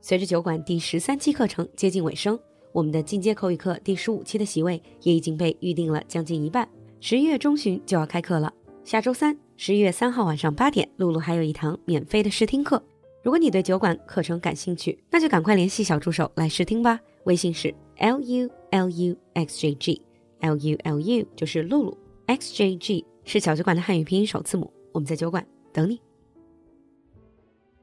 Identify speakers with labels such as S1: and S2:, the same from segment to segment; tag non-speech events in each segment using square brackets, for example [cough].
S1: 随着酒馆第十三期课程接近尾声，我们的进阶口语课第十五期的席位也已经被预定了将近一半，十一月中旬就要开课了。下周三，十一月三号晚上八点，露露还有一堂免费的试听课。如果你对酒馆课程感兴趣，那就赶快联系小助手来试听吧。微信是 l u l u x j g l u l u 就是露露，x j g 是小酒馆的汉语拼音首字母。我们在酒馆等你。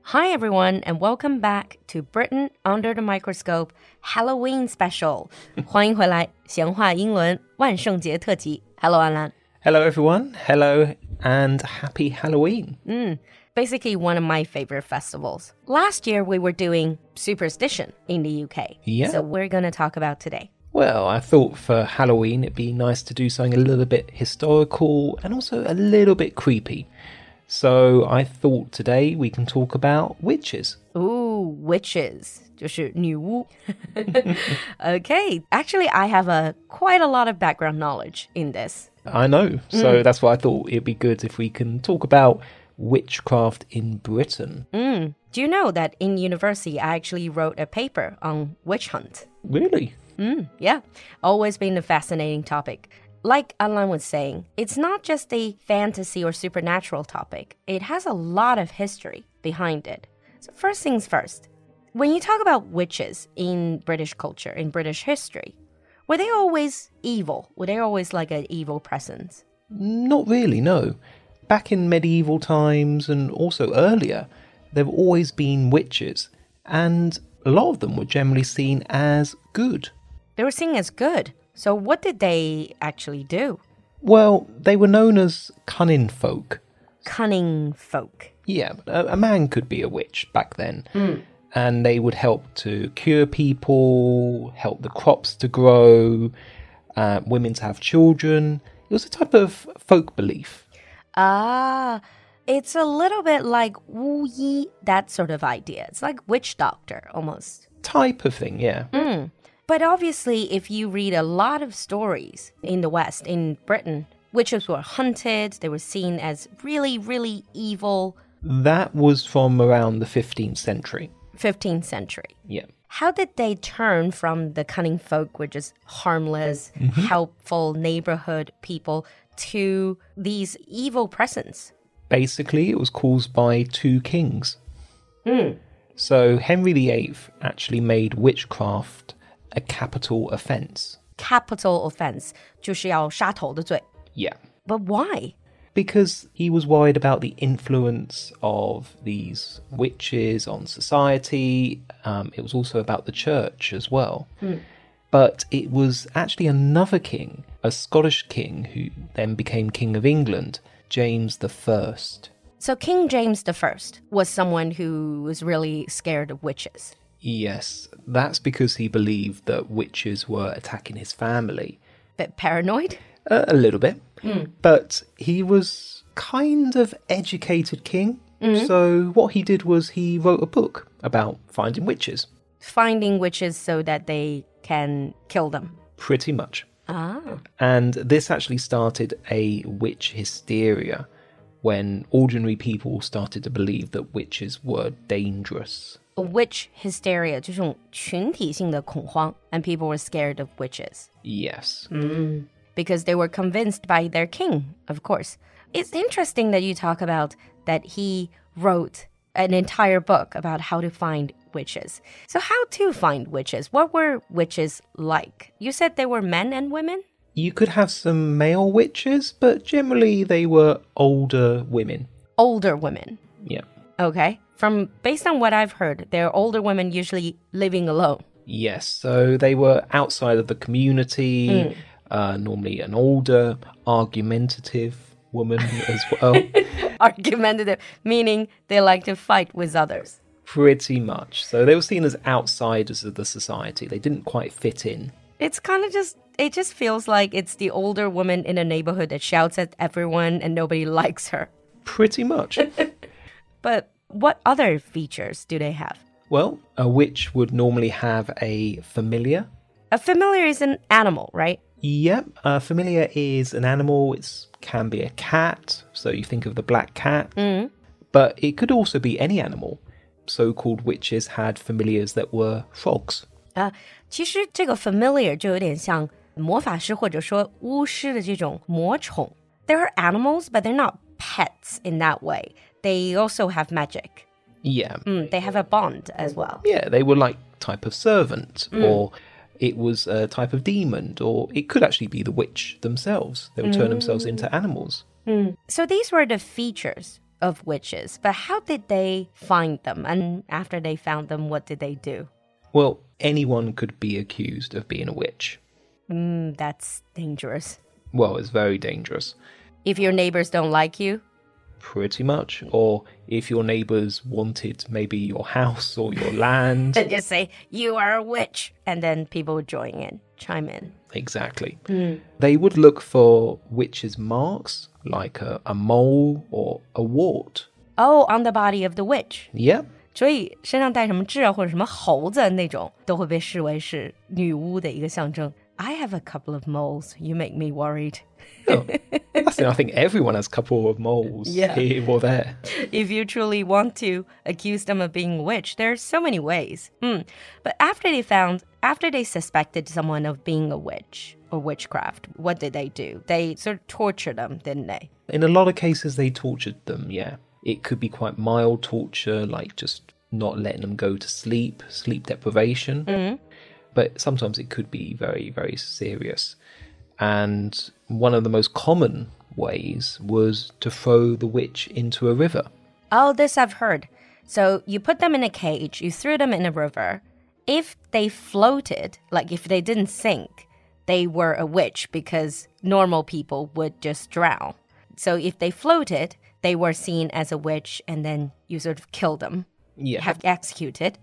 S2: Hi, everyone, and welcome back to Britain Under the Microscope Halloween Special. 欢迎回来，闲话英伦万圣节特辑。Hello, Alan.
S3: Hello, everyone. Hello, and happy Halloween.
S2: Basically, one of my favorite festivals. Last year, we were doing Superstition in the UK.
S3: Yeah.
S2: So, we're going to talk about today.
S3: Well, I thought for Halloween it'd be nice to do something a little bit historical and also a little bit creepy. So I thought today we can talk about witches.
S2: Ooh, witches. 就是女巫. [laughs] okay. Actually, I have a quite a lot of background knowledge in this.
S3: I know,
S2: Mm.
S3: so that's why I thought it'd be good if we can talk about witchcraft in Britain.
S2: Mm. Do you know that in university, I actually wrote a paper on witch hunt?
S3: Really?
S2: Yeah, always been a fascinating topic. Like Alan was saying, it's not just a fantasy or supernatural topic, it has a lot of history behind it. So, first things first, when you talk about witches in British culture, in British history, were they always evil? Were they always like an evil presence?
S3: Not really, no. Back in medieval times and also earlier, there have always been witches, and a lot of them were generally seen as good.
S2: They were seen as good. So, what did they actually do?
S3: Well, they were known as cunning folk.
S2: Cunning folk.
S3: Yeah, a, a man could be a witch back then. And they would help to cure people, help the crops to grow, uh, women to have children. It was a type of folk belief.
S2: Ah, it's a little bit like Wu Yi, that sort of idea. It's like witch doctor almost.
S3: Type of thing, yeah.
S2: But obviously, if you read a lot of stories in the West, in Britain, witches were hunted, they were seen as really, really evil
S3: That was from around the 15th century.
S2: 15th century.
S3: Yeah.
S2: How did they turn from the cunning folk, which is harmless, helpful neighborhood people, to these evil presence?
S3: Basically, it was caused by two kings. So Henry VIII actually made witchcraft a capital offence.
S2: Capital offense, 就是要杀头的罪。
S3: Yeah.
S2: But why?
S3: because he was worried about the influence of these witches on society. Um, it was also about the church as well. But it was actually another king, a Scottish king, who then became King of England, James the First.
S2: So King James I was someone who was really scared of witches.
S3: Yes, that's because he believed that witches were attacking his family.
S2: Bit paranoid? [laughs]
S3: A, a little bit. But he was kind of educated king. So what he did was he wrote a book about finding witches,
S2: Finding witches so that they can kill them.
S3: pretty much.
S2: Ah.
S3: And this actually started a witch hysteria when ordinary people started to believe that witches were dangerous.
S2: Witch hysteria, 这种群体性的恐慌, and people were scared of witches
S3: Yes.
S2: because they were convinced by their king, of course. It's interesting that you talk about that he wrote an entire book about how to find witches. So how to find witches? What were witches like? You said they were men and women?
S3: You could have some male witches, but generally they were older women.
S2: older women.
S3: Yeah.
S2: Okay. From based on what I've heard, they're older women usually living alone. [laughs]
S3: Yes, so they were outside of the community, uh, normally an older, argumentative woman as well.
S2: Argumentative, meaning they like to fight with others.
S3: Pretty much. So they were seen as outsiders of the society. They didn't quite fit in.
S2: It's kind of just it just feels like it's the older woman in a neighborhood that shouts at everyone and nobody [laughs] likes her.
S3: Pretty much.
S2: But what other features do they have?
S3: well, a witch would normally have a familiar.
S2: A familiar is an animal, right?
S3: Yep, a familiar is an animal. It can be a cat. So you think of the black cat. But it could also be any animal. so called witches had familiars that were frogs.
S2: 啊，其实这个 familiar 就有点像魔法师或者说巫师的这种魔宠。They are animals, but they're not pets in that way. They also have magic.
S3: Yeah.
S2: Mm, they have a bond as well.
S3: Yeah, they were like type of servant or it was a type of demon or it could actually be the witch themselves. They would turn themselves into animals.
S2: So these were the features of witches, but how did they find them? And after they found them, what did they do?
S3: Well, anyone could be accused of being a witch.
S2: Mm, that's dangerous.
S3: Well, it's very dangerous.
S2: If your neighbors don't like you, [laughs]
S3: Pretty much. Or if your neighbours wanted maybe your house or your land.
S2: [laughs] then just say, You are a witch. And then people would join in, chime in.
S3: Exactly. They would look for witches' marks, like a, a mole or a wart.
S2: Oh, on the body of the witch.
S3: Yep.
S2: 所以身上带什么痣啊，或者什么猴子那种，都会被视为是女巫的一个象征。I have a couple of moles. You make me worried. [laughs]
S3: Oh, that's it. I think everyone has a couple of moles
S2: Yeah.
S3: here or there.
S2: If you truly want to accuse them of being a witch, there are so many ways. Hmm. But after they found, after they suspected someone of being a witch or witchcraft, what did they do? They sort of tortured them, didn't they?
S3: In a lot of cases, they tortured them, yeah. It could be quite mild torture, like just not letting them go to sleep, sleep deprivation. But sometimes it could be very, very serious. And one of the most common ways was to throw the witch into a river.
S2: Oh, this I've heard. So you put them in a cage, you threw them in a river. If they floated, like if they didn't sink, they were a witch because normal people would just drown. So if they floated, they were seen as a witch and then you sort of kill them,
S3: Yeah.
S2: have executed.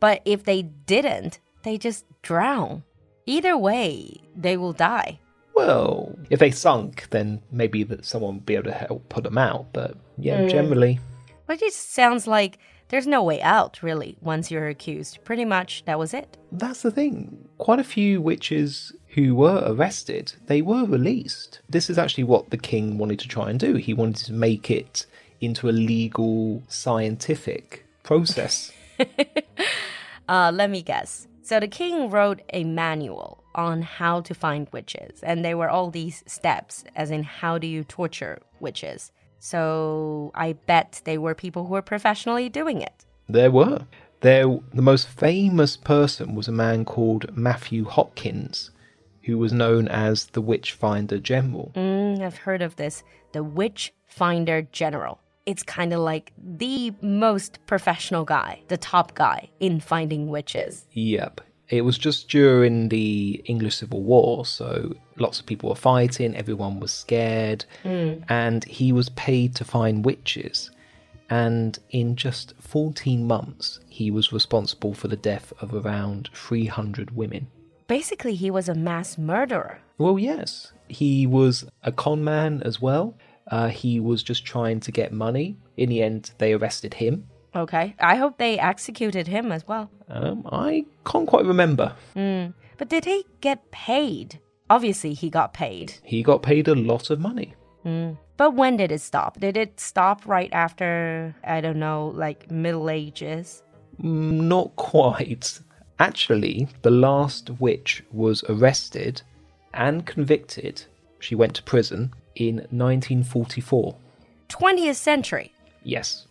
S2: But if they didn't, they just drown. Either way, they will die.
S3: Well, if they sunk, then maybe that someone would be able to help put them out. But yeah, generally,
S2: But it sounds like there's no way out, really, once you're accused. Pretty much that was it.
S3: that's the thing. Quite a few witches who were arrested, they were released. This is actually what the king wanted to try and do. He wanted to make it into a legal, scientific process.
S2: Uh, let me guess. So the king wrote a manual on how to find witches, and there were all these steps, as in how do you torture witches. So I bet they were people who were professionally doing it.
S3: there were. There, the most famous person was a man called Matthew Hopkins, who was known as the Witch Finder General.
S2: Mm, I've heard of this, the witch finder general. It's kind of like the most professional guy, the top guy in finding witches.
S3: Yep. It was just during the English Civil War, so lots of people were fighting, everyone was scared, and he was paid to find witches. And in just 14 months, he was responsible for the death of around 300 women.
S2: Basically, he was a mass murderer.
S3: Well, yes, he was a con man as well. Uh, he was just trying to get money. In the end, they arrested him.
S2: Okay. I hope they executed him as well.
S3: Um, I can't quite remember.
S2: Mm. But did he get paid? Obviously, he got paid. Mm.
S3: He got paid a lot of money.
S2: But when did it stop? Did it stop right after, I don't know, like Middle Ages?
S3: Not quite. Actually, the last witch was arrested and convicted. She went to prison in 1944.
S2: 20th century,
S3: Yes.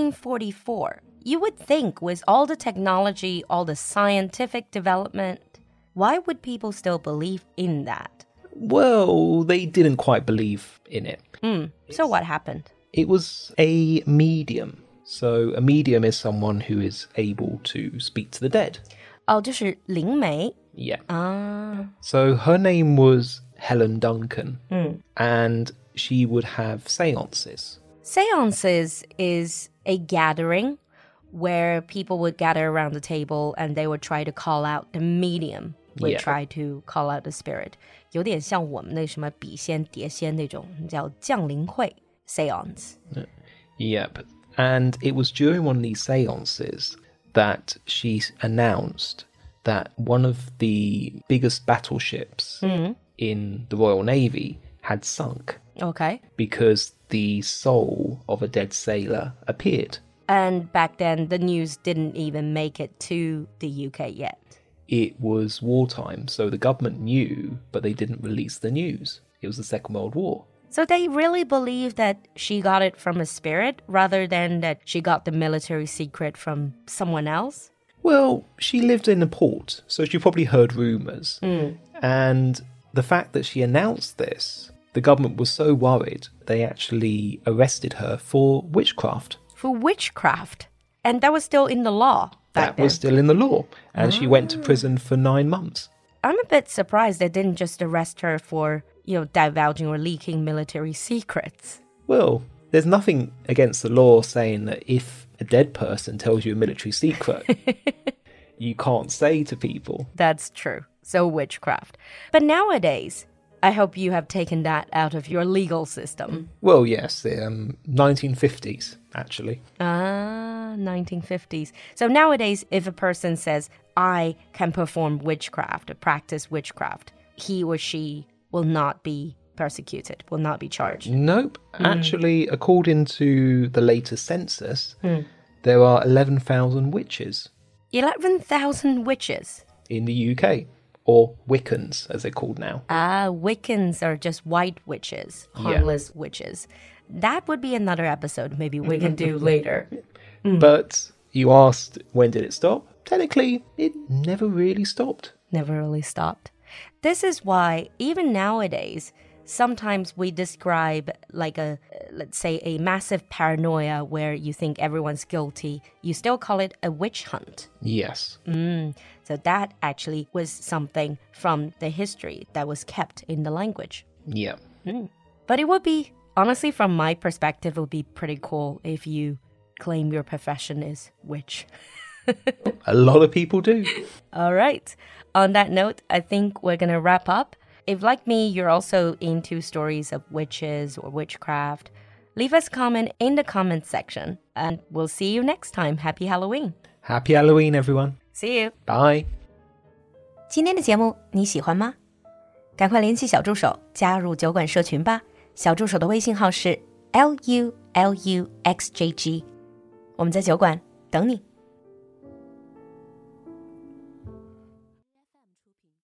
S2: 1944. You would think, with all the technology, all the scientific development, why would people still believe in that?
S3: Well, they didn't quite believe in it.
S2: Mm. So, what happened?
S3: It was a medium. So, a medium is someone who is able to speak to the dead.
S2: 哦，就是灵媒
S3: Yeah.
S2: ah.
S3: So her name was Helen Duncan, and she would have seances.
S2: Seances is a gathering where people would gather around the table and they would try to call out the medium. Would
S3: Yeah.
S2: try to call out the spirit. 有点像我们那什么笔仙、碟仙那种，叫降临会 seance.
S3: Yep. And it was during one of these seances that she s- announced that one of the biggest battleships in the Royal Navy had sunk
S2: Okay.
S3: because the soul of a dead sailor appeared.
S2: And back then, the news didn't even make it to the UK yet.
S3: It was wartime, so the government knew, but they didn't release the news. It was the Second World War.
S2: So they really believe that she got it from a spirit rather than that she got the military secret from someone else.
S3: Well, she lived in a port, so she probably heard rumours. And the fact that she announced this, the government was so worried, they actually arrested her for witchcraft.
S2: for witchcraft. And that was still in the law back
S3: that was
S2: then.
S3: still in the law. And she went to prison for nine months.
S2: I'm a bit surprised they didn't just arrest her for, you know, divulging or leaking military secrets.
S3: Well, there's nothing against the law saying that if a dead person tells you a military secret, you can't say to people.
S2: That's true. So witchcraft. But nowadays, I hope you have taken that out of your legal system.
S3: Well, yes, the um, 1950s, actually.
S2: Ah, 1950s. So nowadays, if a person says, I can perform witchcraft, or practice witchcraft, he or she will not be persecuted, will not be charged.
S3: Nope. Actually, according to the latest census, there are 11,000 witches
S2: 11,000 witches.
S3: in the UK, or Wiccans, as they're called now.
S2: Ah, Wiccans are just white witches,
S3: Yeah.
S2: harmless witches. That would be another episode maybe we can do later.
S3: But you asked, when did it stop? Technically, it never really stopped.
S2: Never really stopped. This is why, even nowadays, sometimes we describe like a, uh, let's say, a massive paranoia where you think everyone's guilty. You still call it a witch hunt.
S3: Yes.
S2: So that actually was something from the history that was kept in the language.
S3: Yeah.
S2: But it would be, honestly, from my perspective, it would be pretty cool if you claim your profession is witch. [laughs]
S3: A lot of people do.
S2: All right. On that note, I think we're going to wrap up. If, like me, you're also into stories of witches or witchcraft, leave us a comment in the comment section. And we'll see you next time. Happy Halloween.
S3: Happy Halloween, everyone.
S2: See you.
S3: Bye.
S4: 今天的节目你喜欢吗？赶快联系小助手加入酒馆社群吧。小助手的微信号是 l u l u x j g，我们在酒馆等你。